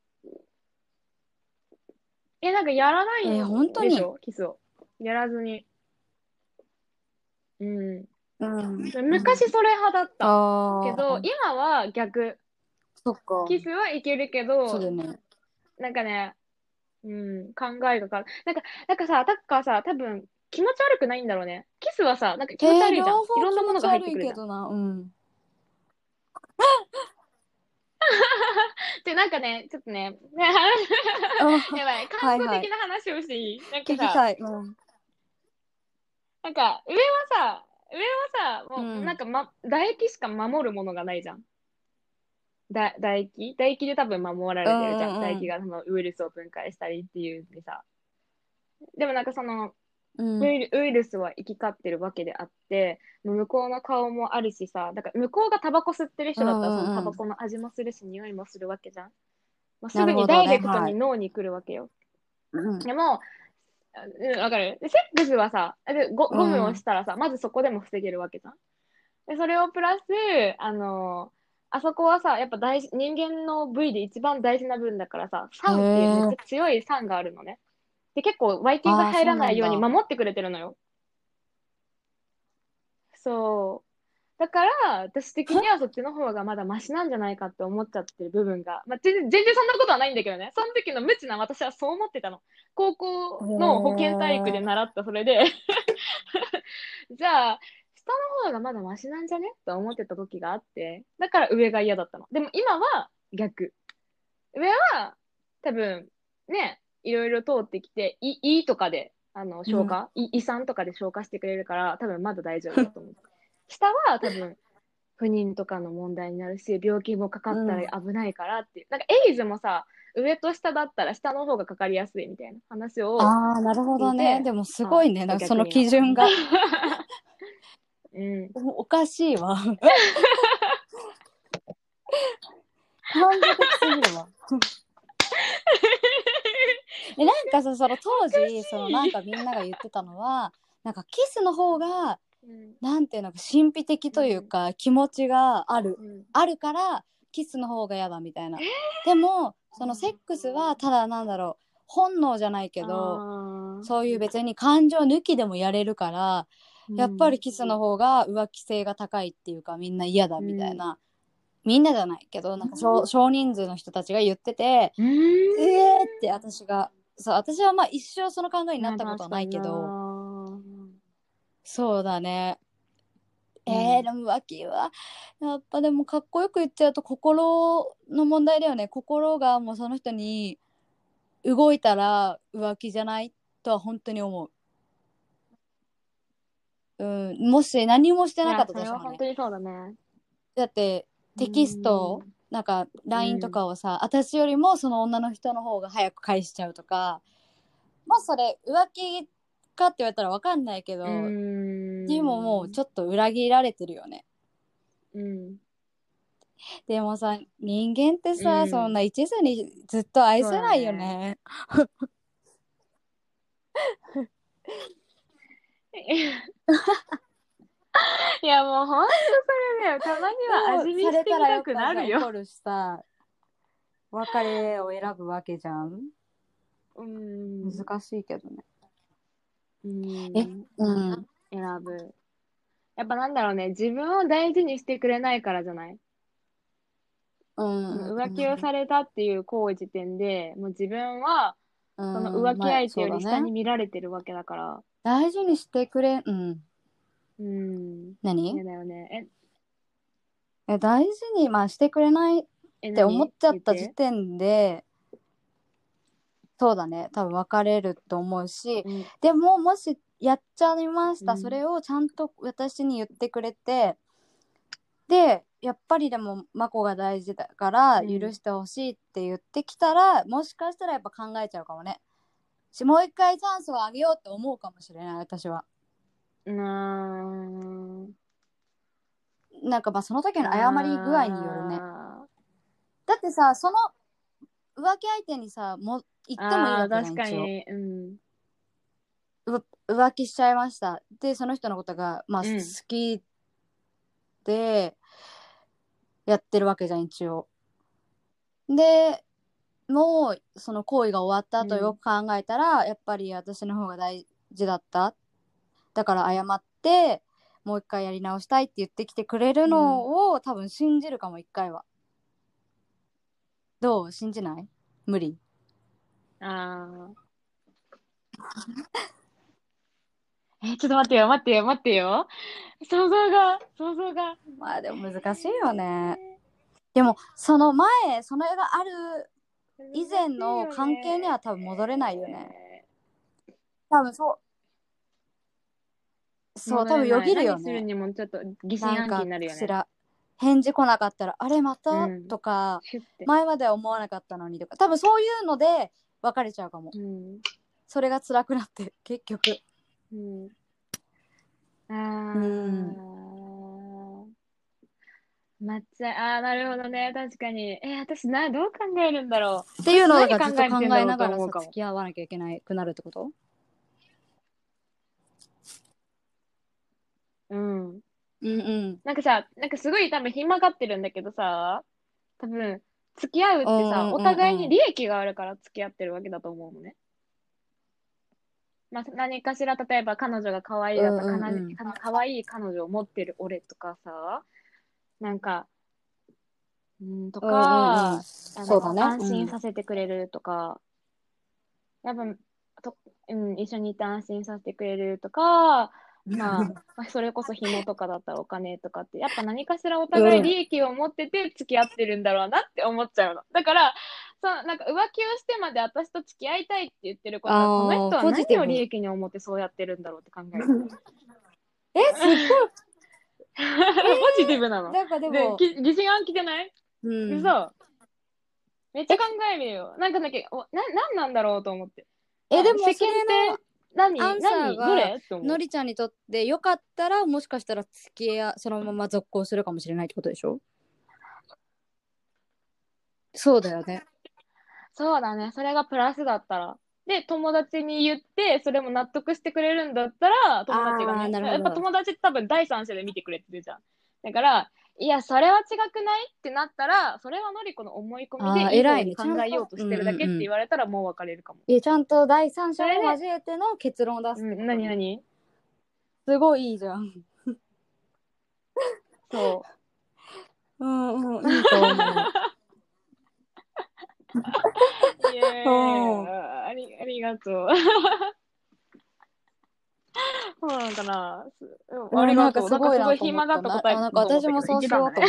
え、なんかやらないえ本当にでしょキスを。やらずに。うん。うん昔それ派だったあけーど、今は逆。そっかキスはいけるけそうだよど、ねなんかね、うん、考えがかなんか、なんかさ、タッカーさ、多分、気持ち悪くないんだろうね。キスはさ、なんか気持ち悪いじゃん。両方いろんなものが入ってくる気持ち悪いけじゃん。どな <laughs> うんで、なんかね、ちょっとね、 <laughs> やばい、はい感はい情的な話をしていい、聞きなんかさ、たい、うんなんか、上はさ、上はさ、もう、うんなんか、ま、唾液しか守るものがないじゃん。だ唾液唾液で多分守られてるじゃん。うんうんうん唾液がそのウイルスを分解したりっていうんでさ。でもなんかその、うんウイルウイルスは行き交ってるわけであって、もう向こうの顔もあるしさ、だから向こうがタバコ吸ってる人だったら、うんうんうんそのタバコの味もするし、匂いもするわけじゃん。まあ、すなぐるほにどダねイレクトはいに脳に来るわけよ。うんでも、うんわかる。でセックスはさ、でゴゴムをしたらさ、まずそこでも防げるわけじゃん。で、それをプラス、あのあそこはさ、やっぱ大事、人間の部位で一番大事な部分だからさ、酸っていうめっちゃ強い酸があるのね。で、結構、ワイキンが入らないようあーにそうなん守ってくれてるのよ。そう。だから、私的にはそっちの方がまだマシなんじゃないかって思っちゃってる部分が、まあ、全然、全然そんなことはないんだけどね。その時の無知な私はそう思ってたの。高校の保健体育で習ったそれで、 <laughs> じゃあ、下の方がまだマシなんじゃねと思ってた時があって、だから上が嫌だったの。でも今は逆。上は、多分、ね、いろいろ通ってきて、い胃とかで、あの、消化、い胃酸とかで消化してくれるから、多分まだ大丈夫だと思う。下は多分、不妊とかの問題になるし、病気もかかったら危ないからっていう。なんかエイズもさ、上と下だったら下の方がかかりやすいみたいな話を。ああ、なるほどねで。でもすごいね。あなんか逆にその基準がうん。おおかしいわ。完璧すぎる <laughs> わ。えなんかさその当時そのなんかみんなが言ってたのはなんかキスの方がうんなんていうのか神秘的というか、気持ちがあるうんあるからキスの方が嫌だみたいな。でもそのセックスはただなんだろう本能じゃないけど。あーそういう別に感情抜きでもやれるから、やっぱりキスの方が浮気性が高いっていうかみんな嫌だみたいな、みんなじゃないけどなんか少,、うん少人数の人たちが言ってて、うんええーって私がそう私はまあ一生その考えになったことはないけどど。そうだね。うんえー、でも浮気はやっぱでもかっこよく言っちゃうと心の問題だよね心がもうその人に動いたら浮気じゃないとは本当に思う、うん、もし何もしていなかやったそとれしてはも本ね当にそうだね。だってテキストをなんか LINE とかをさ、私よりもその女の人の方が早く返しちゃうとかまあそれ浮気かって言われたら分かんないけど、うん。でももうちょっと裏切られてるよねうん。 <laughs> でもさ人間ってさ、うんそんな一途にずっと愛せないよね。いやもう本当それだよ。たまには味見してみたくなされたらやっるぱさよ。怒るしさ別れを選ぶわけじゃんうん。難しいけどね。うんえうん、選ぶ。やっぱなんだろうね。自分を大事にしてくれないからじゃないうん、浮気をされたっていう行為時点で、もう自分はその浮気相手よりまあ下そうだにね見られてるわけだから。大事にしてくれうんうん。何嫌だよね。え大事にまあしてくれないっえ、えて思っちゃった何時言て点でそうだね多分別れると思うしうんでももしやっちゃいました、うんそれをちゃんと私に言ってくれてでやっぱりでも眞子が大事だからうん許してほしいって言ってきたら、もしかしたらやっぱ考えちゃうかもねしもう一回チャンスをあげようって思うかもしれない私はななんかまあその時の誤り具合によるねだってさその浮気相手にさも言ってもいいあわけあ、じゃん確か一応に。うん。浮気しちゃいましたでその人のことが、まあうん好きでやってるわけじゃん一応でもうその行為が終わった後うんよく考えたら、やっぱり私の方が大事だっただから謝ってもう一回やり直したいって言ってきてくれるのを、多分信じるかも一回はどう信じない無理ああ。え、ちょっと待ってよ、待ってよ、待ってよ。想像が、想像が。まあでも難しいよねでもその前それがある以前の関係には多分戻れないよね。多分そう。そう、多分よぎるよ何するね。にもちょっと疑心なん暗鬼かになるよしね。ら返事来なかったら、あれまた、うんとか、シュッて。前までは思わなかったのにとか、多分そういうので別れちゃうかもう。ん。それが辛くなって、 <laughs> 結局。うん。ああ。抹茶、ああ、なるほどね。確かに。えー、私な、どう考えるんだろっていうのを何だからずっと考考えてんだろえうながとらさ思うかも付き合わなきゃいけないくなるってことう。うん。うんうん。なんかさ、なんかすごい多分暇がってるんだけどさ、多分、付き合うってうんうんうんさ、うんお互いに利益があるから付き合ってるわけだと思うのね。まあ、何かしら、例えば彼女が可愛いだとか、うんうんうんかな可愛い彼女を持ってる俺とかさ、なんか、うん、とうんうんうんか、あのそうだね安心させてくれるとか、やっぱと、うん、一緒にいて安心させてくれるとか、まあ、まあそれこそ紐とかだったらお金とかって、やっぱ何かしらお互い利益を持ってて付き合ってるんだろうなって思っちゃうの。だから、そのなんか浮気をしてまで私と付き合いたいって言ってることは、あーこの人ポジはティブ何を利益に思ってそうやってるんだろうって考 <laughs> える。 <laughs> え、すっポジティブなごい。の。なんかで <laughs> でも、、き疑心暗鬼じゃないうん、嘘。めっちゃ考えるよ。なんかだけ、おな、なんなんだろうと思って。え、でも、世間っそれのて何、アンサー何、がどれって思うの。りちゃんにとってよかったらもしかしたら付き合いそのまま続行するかもしれないってことでしょそうだよね。そうだね。それがプラスだったら。で、友達に言って、それも納得してくれるんだったら、友達あがーなね。るほどやっぱ友達って多分第三者で見てくれてるじゃん。だから、いや、それは違くないってなったら、それはのりこの思い込みあーで、いい方偉いねに考えようとしてるだけって言われたら、もう別れるかも。いやちゃんと第三者を交えての結論を出すうってことん、なになにすごいいいじゃん。そ <laughs> うんうん、いいと思う。う。イエーイうんありありがとう。 <laughs> そうなのかな。すうんありがとう。なんかすごい暇だった答えなんか私もそうしよう <laughs> と思った。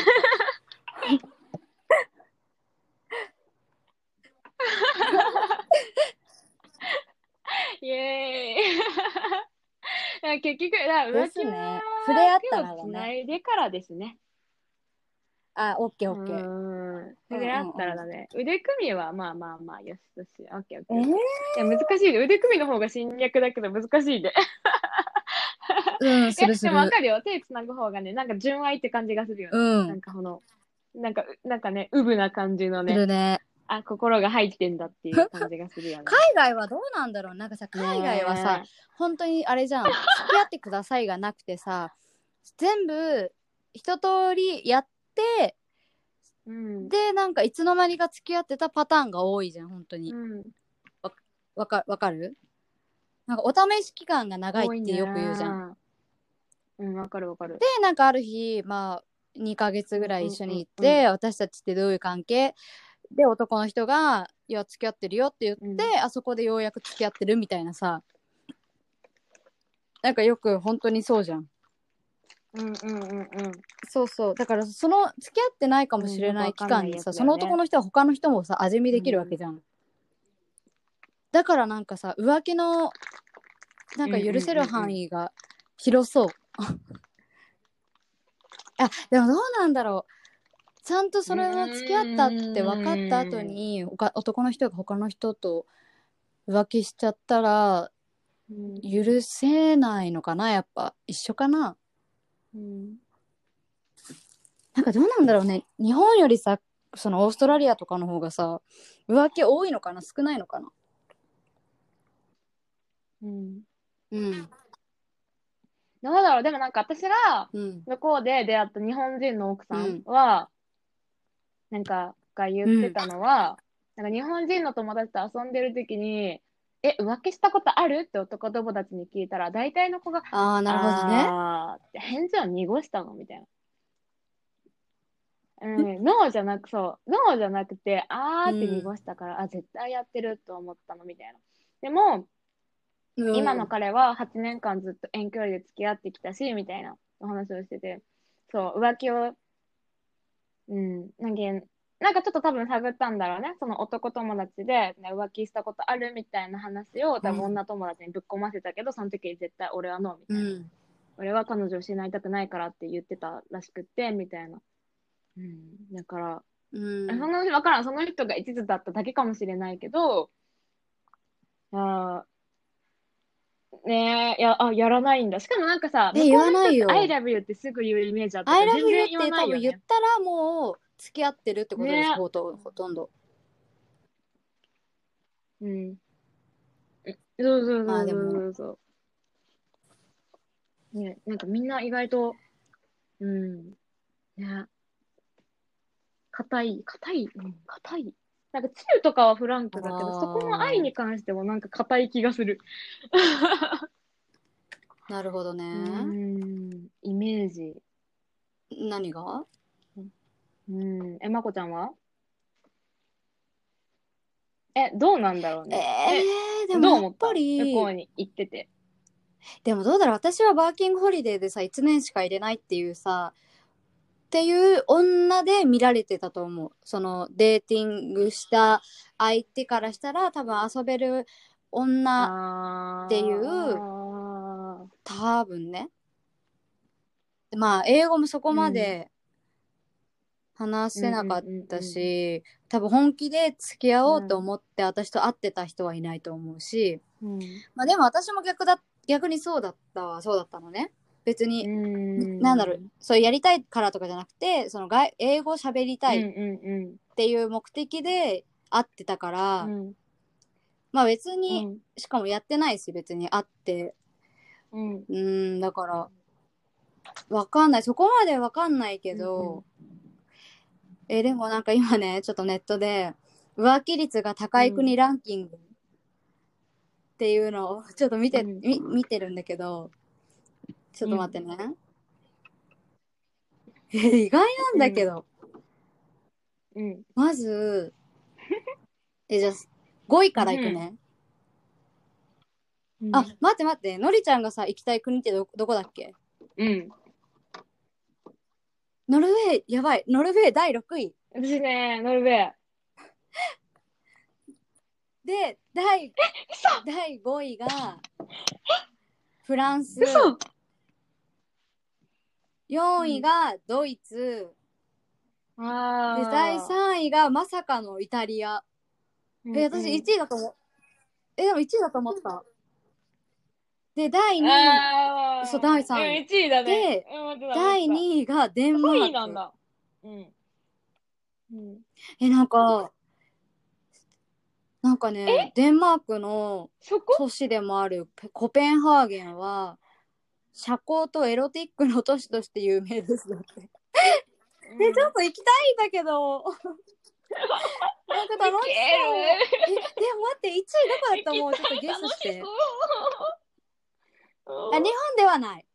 イエーイ <laughs> だから結局、だからで浮す気のね。触れ合った手をらつだなね。いでからですね。あ、オッケーオうッケー。ーん触れ合ったらだね。腕組みはまあまあまあ、よしよし。オッケーオえッケー。いや難しいね。腕組みの方が侵略だけど難しいね。ー、うん、いすや、るすで <laughs> るも。わかるよ。手つなぐ方がね、なんか純愛って感じがするよね。うなんん。かこの、なんか、なんかね、うぶな感じのすね、るね。あ、心が入ってんだっていう感じがするよね。海外はどうなんだろうなんかさ、海外はさ、ね本当にあれじゃん付き合ってくださいがなくてさ全部一通りやってえ、うん。でなんかいつの間にか付き合ってたパターンが多いじゃん本当にうんわかわかるなんかお試し期間が長いってよく言うじゃん。ん。うん、わかるわかる。でなんかある日まあ2ヶ月ぐらい一緒にいて、うんうんうん私たちってどういう関係で男の人が「いや、付き合ってるよって言って、うんあそこでようやく付き合ってるみたいなさ。なんかよく本当にそうじゃん。うんうんうんうん。そうそう。だから、その付き合ってないかもしれなういんよく期わかんな間いにさ、やつだそよねの男の人は他の人もさ、味見できるわけじゃん。だからなんかさ、浮気の、なんか許せる範囲が広そう。 <laughs> あ、でもどうなんだろう。ちゃんとそれは付き合ったって分かった後に、おか男の人が他の人と浮気しちゃったら、うん許せないのかなやっぱ。一緒かなうんなんかどうなんだろうね日本よりさそのオーストラリアとかの方がさ浮気多いのかな少ないのかなうんうんどうだろうでもなんか私がうん向こうで出会った日本人の奥さんは、なんかが言ってたのは、なんか日本人の友達と遊んでる時に「え浮気したことある?」って男友達に聞いたら大体の子がああ「なるほどねあーって返事を濁したのみたいな。うん、ノーじゃなくそうノーじゃなくてあーって濁したから、あ絶対やってると思ったのみたいなでもうん今の彼は8年間ずっと遠距離で付き合ってきたし、みたいなお話をしてて、そう、浮気を、うん、なんか、なんかちょっと多分探ったんだろうね。その男友達で、ね、浮気したことあるみたいな話を多分うん女友達にぶっ込ませたけど、その時に絶対俺はノーみたういな。ん俺は彼女を失いたくないからって言ってたらしくて、みたいな。うん、だから、うんその分からん、その人が一途だっただけかもしれないけど、あーねえ、や、あ、やらないんだ。しかもなんかさ、え向こうの人って言わない I love you ってすぐ言うイメージあ「ったけ I ど love 全 you」っ然て言わない多よ分言っね。たらもう付き合ってるってことでねすほとほとんどうん。そうそうまそあうでそもうそうそう。ねなんかみんな意外と、うん、ね硬い、硬い、うん硬い。なんか、チューとかはフランクだけど、あーそこの愛に関してもなんか硬い気がする。なるほどうねん、イメージ。何がうん。え、まこちゃんはえ、どうなんだろうえね。ーでどうもや思っったぱ向こうりに行ってて。でもどうだろう私はワーキングホリデーでさ1年しか入れないっていうさっていう女で見られてたと思うそのデーティングした相手からしたら多分遊べる女あーっていうあ多分ねまあ英語もそこまで話せなかったし、うんう多分本気で付き合おうと思って私と会ってた人はいないと思うし、ーうんまあでも私も逆だ逆にそうだったわそうだったのね別にうんなんだろう、そうやりたいからとかじゃなくて、その外英語喋りたうんいっうんていう目的で会ってたから、うん。うんまあ別に、しかもやってないし、別に会って、うんうんうーん、だから、わかんない、そこまでわかんないけど、えでもなんか今ね、ちょっとネットで、浮気率が高い国ランキングっていうのをちょっと見て、うんみ見てるんだけど、ちょっと待ってね。え意外なんだけど、うん。まず、え、じゃあ、5位からいくね。うんあ、待って待って、のりちゃんがさ、行きたい国ってどどこだっけうん。ノルウェー、やばい、ノルウェー第6位。私ね、ノルウェー。で、第、第5位が、フランス、嘘4位がドイツ、あで、ー第3位がまさかのイタリア。うんえ、私1位だと思う。え、でも1位だと思った。で、第2うん位、あーそう第三位うん一位だね。でうん待ってた第待って2位がデたンマ五位なーんク。だ。うん。うん。え、なんか、なんかね、デンマークのそこ都市でもあるペコペンハーゲンは社交とエロティックの都市として有名ですだって。え、ちょっと行きたいんだけど。なんか楽しそう。え、えでも待って、1位どこだったもうちょっとゲスして。あ、日本ではない。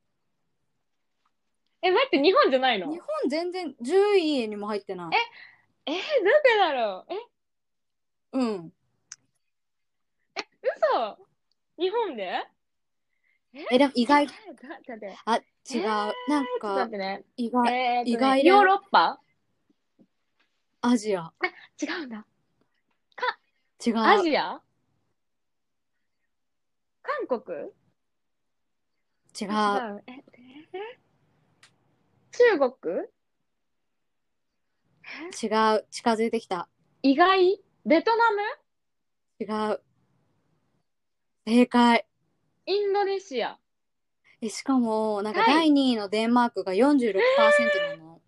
え、待って、日本じゃないの日本全然10位にも入ってない。え、なんでだろうえ、うん。嘘日本でえ、でも意外だ、だって、あ、違ちう。えーなんょっと待かっ、てね。意えーっと外、ね意外だよヨーロッパアジア。違うんだ。違う。アジア韓国違う。違う。え、え中国違う。近づいてきた。意外ベトナム違う。正解。インドネシア。え、しかも、なんかはい第2位のデンマークが46%なの。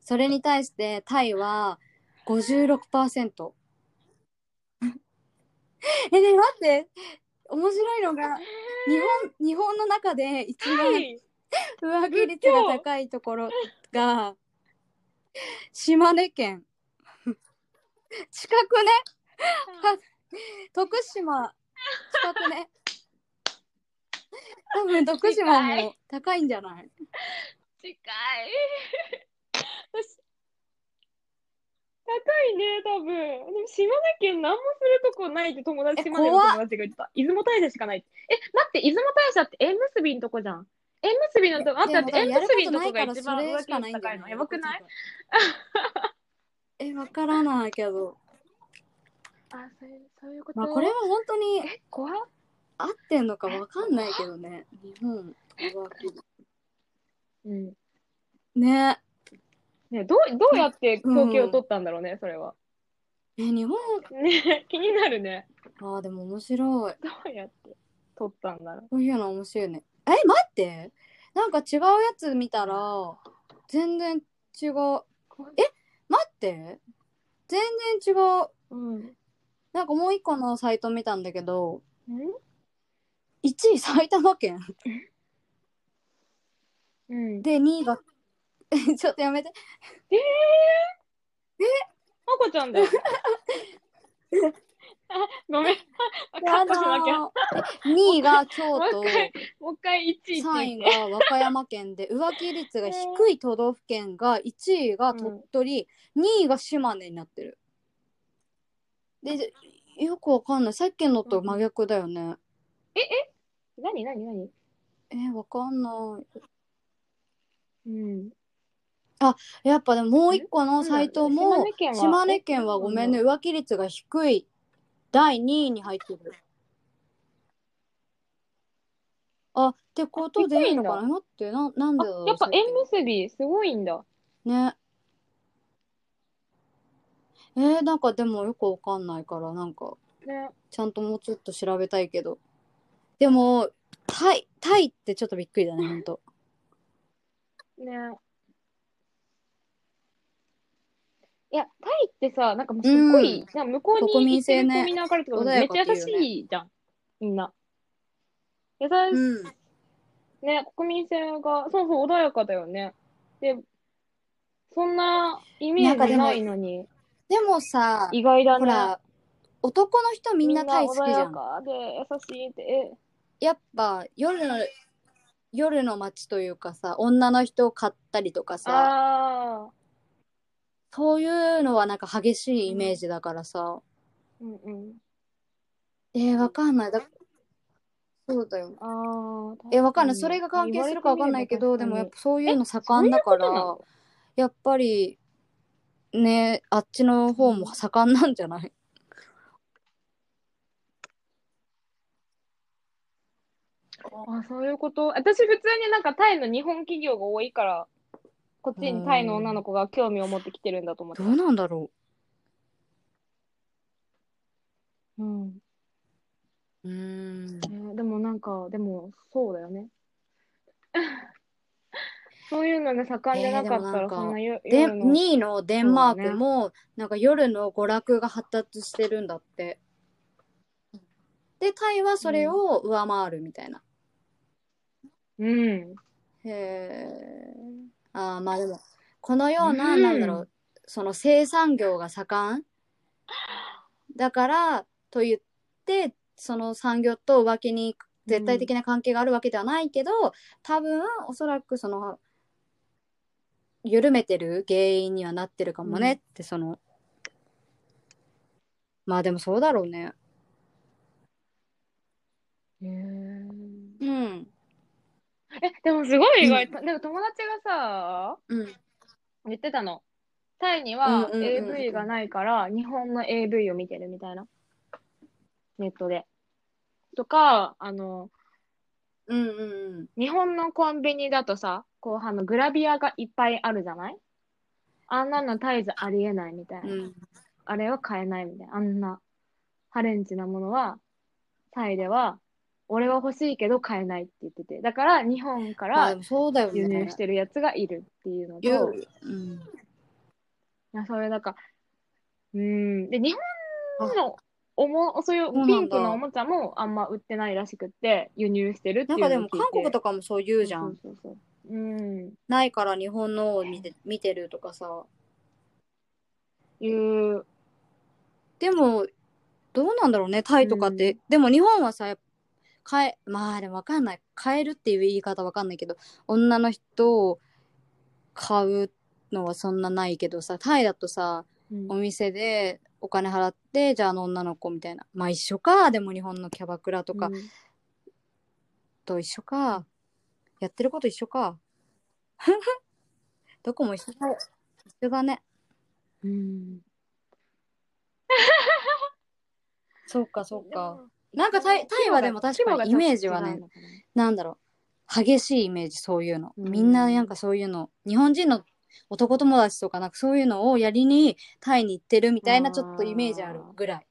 それに対して、タイは56%。え、ね、待って。面白いのが、日本、日本の中で一番はい。上着率が高いところが島根県近くねは徳島近くね多分徳島近も高いんじゃない近い。高いね、多分。でも島根県何もするとこないって友達、え島根の友達が言ってた。出雲大社しかないって。え、待って、出雲大社って縁結びのとこじゃん。縁結びのとこ、待って待って、で縁もやる結びことのなとこいかがら一番そ上れ手しかないん率だ高いよねの。やばくない <laughs> えわからないけどあ、そういう、そういうこと。まあこれは本当にえ、怖っ合ってんのかわかんないけどね日本上うん。着ねね、どう、どうやって統計を取ったんだろうね、それは。え日本ね、気になるね。あーでも面白いどうやって取ったんだろう。こういうの面白いね。え、待って。なんか違うやつ見たら、全然違う。待って。全然違う。うん。んなんかもう一個のサイト見たんだけど、1位埼玉県。うん。で、2位が、 <laughs> えちょっとやめて。まこちゃんだよ。 <laughs> あごめん。カやットだしなきゃ。ー。2位 <laughs> が京もう都、一回もう一回1位3言位って。が和歌山県で、浮気率が低い都道府県が、1位が鳥取、2位が島根になってる。で、よくわかんない。さっきのと真逆だよね。何何何え、わかんなうん。い。やっぱでももう一個のサイトも、県島根県はごめんね、。浮気率が低い。第2位に入ってる。あ、ってことでいいのかな待って、ななんであだろうやっぱ縁結びすごいんだ。ね。えー、なんかでもよくわかんないから、なんか、ね。ちゃんともうちょっと調べたいけど。でも、タイ、タイってちょっとびっくりだね、ほんと。ね。いや、タイってさ、なんかもうすごい、うんなんか向こう国に民行って性るね子みんなわかるってこと穏めやっかちゃ優しっていうねいじゃん、みんな。優しいうん。ね、国民性が、そうそう、穏やかだよね。で、そんなイメージないのに、でもさ、意外だほね。ら、男の人みんなタイ好きじゃんみ。穏やかで、優しいって、やっぱ、夜の、夜の街というかさ、女の人を買ったりとかえ、さ、ああ、そういうのはなんか激しいイメージだからさ。うんうん。えー、わかんない。だそうだよね。ああ、え、わかんない。それが関係するかわかんないけど、でもやっぱそういうの盛んだから、そういうこやっぱり、ね、あっちの方も盛んなんじゃないあ、そういうこと。私、普通になんかタイの日本企業が多いから、こっちにタイの女の子が興味を持ってきてるんだと思ってど。うなんだろうん。う。うん。えーでもなんか、でも、そうだよ <laughs> ね。そういうのが盛んじゃなかったえーでもなんら、かそんなよで、夜の2位のデンマークも、なんか夜の娯楽が発達してるんだって。で、タイはそれを上回るみたいな。うん。へえ。ああ、まあでも、このような、うんなんだろう、その生産業が盛んだから、と言って、その産業と浮気に絶対的な関係があるわけではないけど、多分、おそらくその、緩めてる原因にはなってるかもねって、その、まあでもそうだろうね。へーうん。え、でもすごい意外。でも友達がさ、うん。言ってたの。タイにうんはうんうんうん AV がないから、日本の AV を見てるみたいな。ネットで。とか、あの、うんうんうん。日本のコンビニだとさ、後半のグラビアがいっぱいあるじゃないあんなの絶えずありえないみたいな。うん、あれは買えないみたいな。あんなハレンチなものは、タイでは、俺は欲しいけど買えないって言ってて。だから、日本かまあらでもそうだよ輸入ねし。てるやつがいるっていうのと、言ううん、いや、それなんか、うーん。で、日本のおも、そういうそうなんだピンクのおもちゃもあんま売ってないらしくって、輸入してるっなていんうかのを聞いて。でも韓国とかもそう言うじゃん。そうそうそう。うん。ないから日本のを見て見てるとかさ。いう、でも、どうなんだろうね、タイとかって。でも日本はさ、変え、まあでもわかんない。変えるっていう言い方わかんないけど、女の人を買うのはそんなないけどさ、タイだとさ、うんお店でお金払って、じゃああの女の子みたいな。まあ一緒か、でも日本のキャバクラとかうんと一緒か。やってること一緒か。 <laughs> どこも一緒だ。一緒だね。うん。そうか、そうか。なんかタイタイはでも確かにイメージはね、なんだろう激しいイメージそういうの、うんみんななんかそういうの日本人の男友達とかなんかそういうのをやりにタイに行ってるみたいなあーちょっとイメージあるぐらい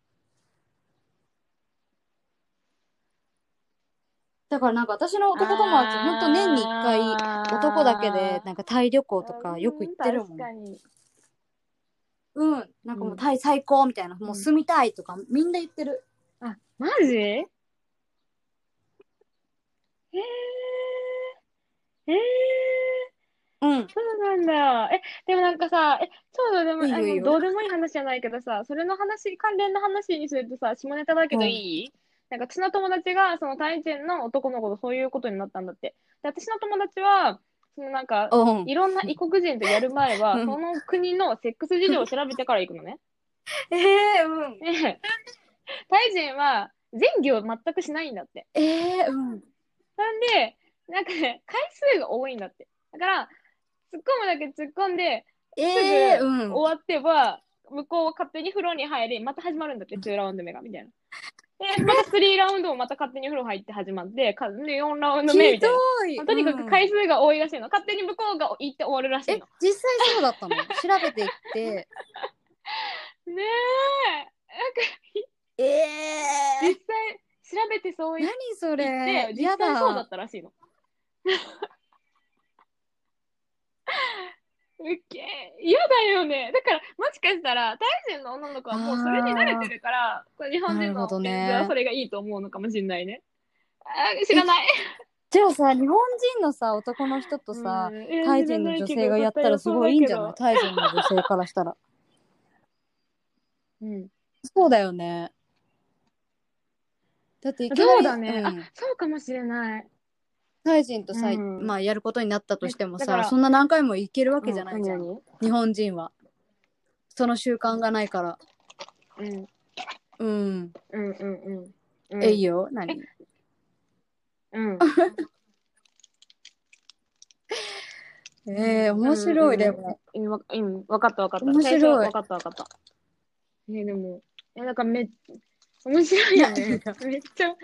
だからなんか私の男友達ほんと年に1回男だけでなんかタイ旅行とかよく行ってるもん確かに。うんなんかもうタイ最高みたいな、もう住みたいとかみんな言ってるあ、マジへえー。えー。うんそうなんだ。え、でもなんかさ、え、ちょうどでも、いいよあのいいよどうでもいい話じゃないけどさ、それの話、関連の話にするとさ、下ネタだけどいいなんか私の友達が、そのタイ人の男の子とそういうことになったんだって。で、私の友達は、そのなんか、うんいろんな異国人とやる前は、うんその国のセックス事情を調べてから行くのね。えー、うんねえタイ人は前儀を全くしないんだって。えー、うんなんで、なんかね、回数が多いんだって。だから、突っ込むだけ突っ込んで、えー、うん終わっては、向こうは勝手に風呂に入り、また始まるんだって、2ラウンド目が、みたいな。で、また3ラウンドもまた勝手に風呂入って始まって、かで4ラウンド目みたいな。ひどいとにかく回数が多いらしいの。勝手に向こうが行って終わるらしいえの。実際そうだったの調べてい <laughs> ってねええ、実え際、調べてそう言何っそれて、実や際そうだだったらしいの。 <laughs> うっけえ嫌だよね。だから、もしかしたら、タイ人の女の子はもうそれに慣れてるから、これ日本人なるのほどね女性はそれがいいと思うのかもしれないね。あ知らない。じゃあさ日本人のさ男の人とさうんタイ人の女性がやったらすごいいいんじゃないタイ人の女性からしたらうん、そうだよねだっていきなりそうだね、うんあそうかもしれない。タイ人とさ、うんまあやることになったとしてもねだかさらそんな何回もいけるわけじゃないじゃん、うん日本人はその習慣がないからうんうん、うんうんうん。えいよ何 <laughs> うん。えー、面白い、うんうんでうんも。うん、わうんわかったわかった。面白い最初はわかったわかった。えでも、え、なんかめっ面白いよね。めっちゃ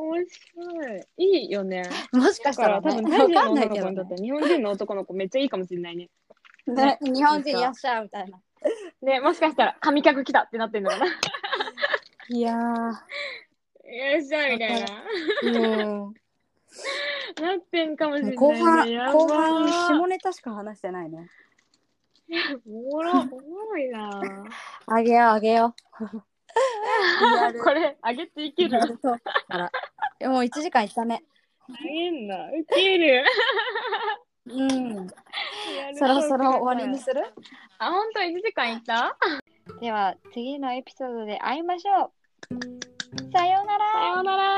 面白い。いいよね。もしかだした、からら、ね、多分、わタイ人かのんないけどね、男の子にとっては日本人の男の子めっちゃいいかもしれないね。ね日本人いらっしゃいみたいな。ね、もしかしたら、神客来たってなってんのかな。いいやらっしゃいみたいな。ー、うなってんかもしれなん。い、ね。後半、やば後半、下ネタしか話してないね。おもろ、おもろいな。あげよう、あげよう。 <laughs> これ、上げていける。リア上ルトークから。いやもう1時間いったね。げんな。ウケ <laughs> る。うん。そろそろ終わりにするあ、本当一時間いったでは、次のエピソードで会いましょう。さようならさようなら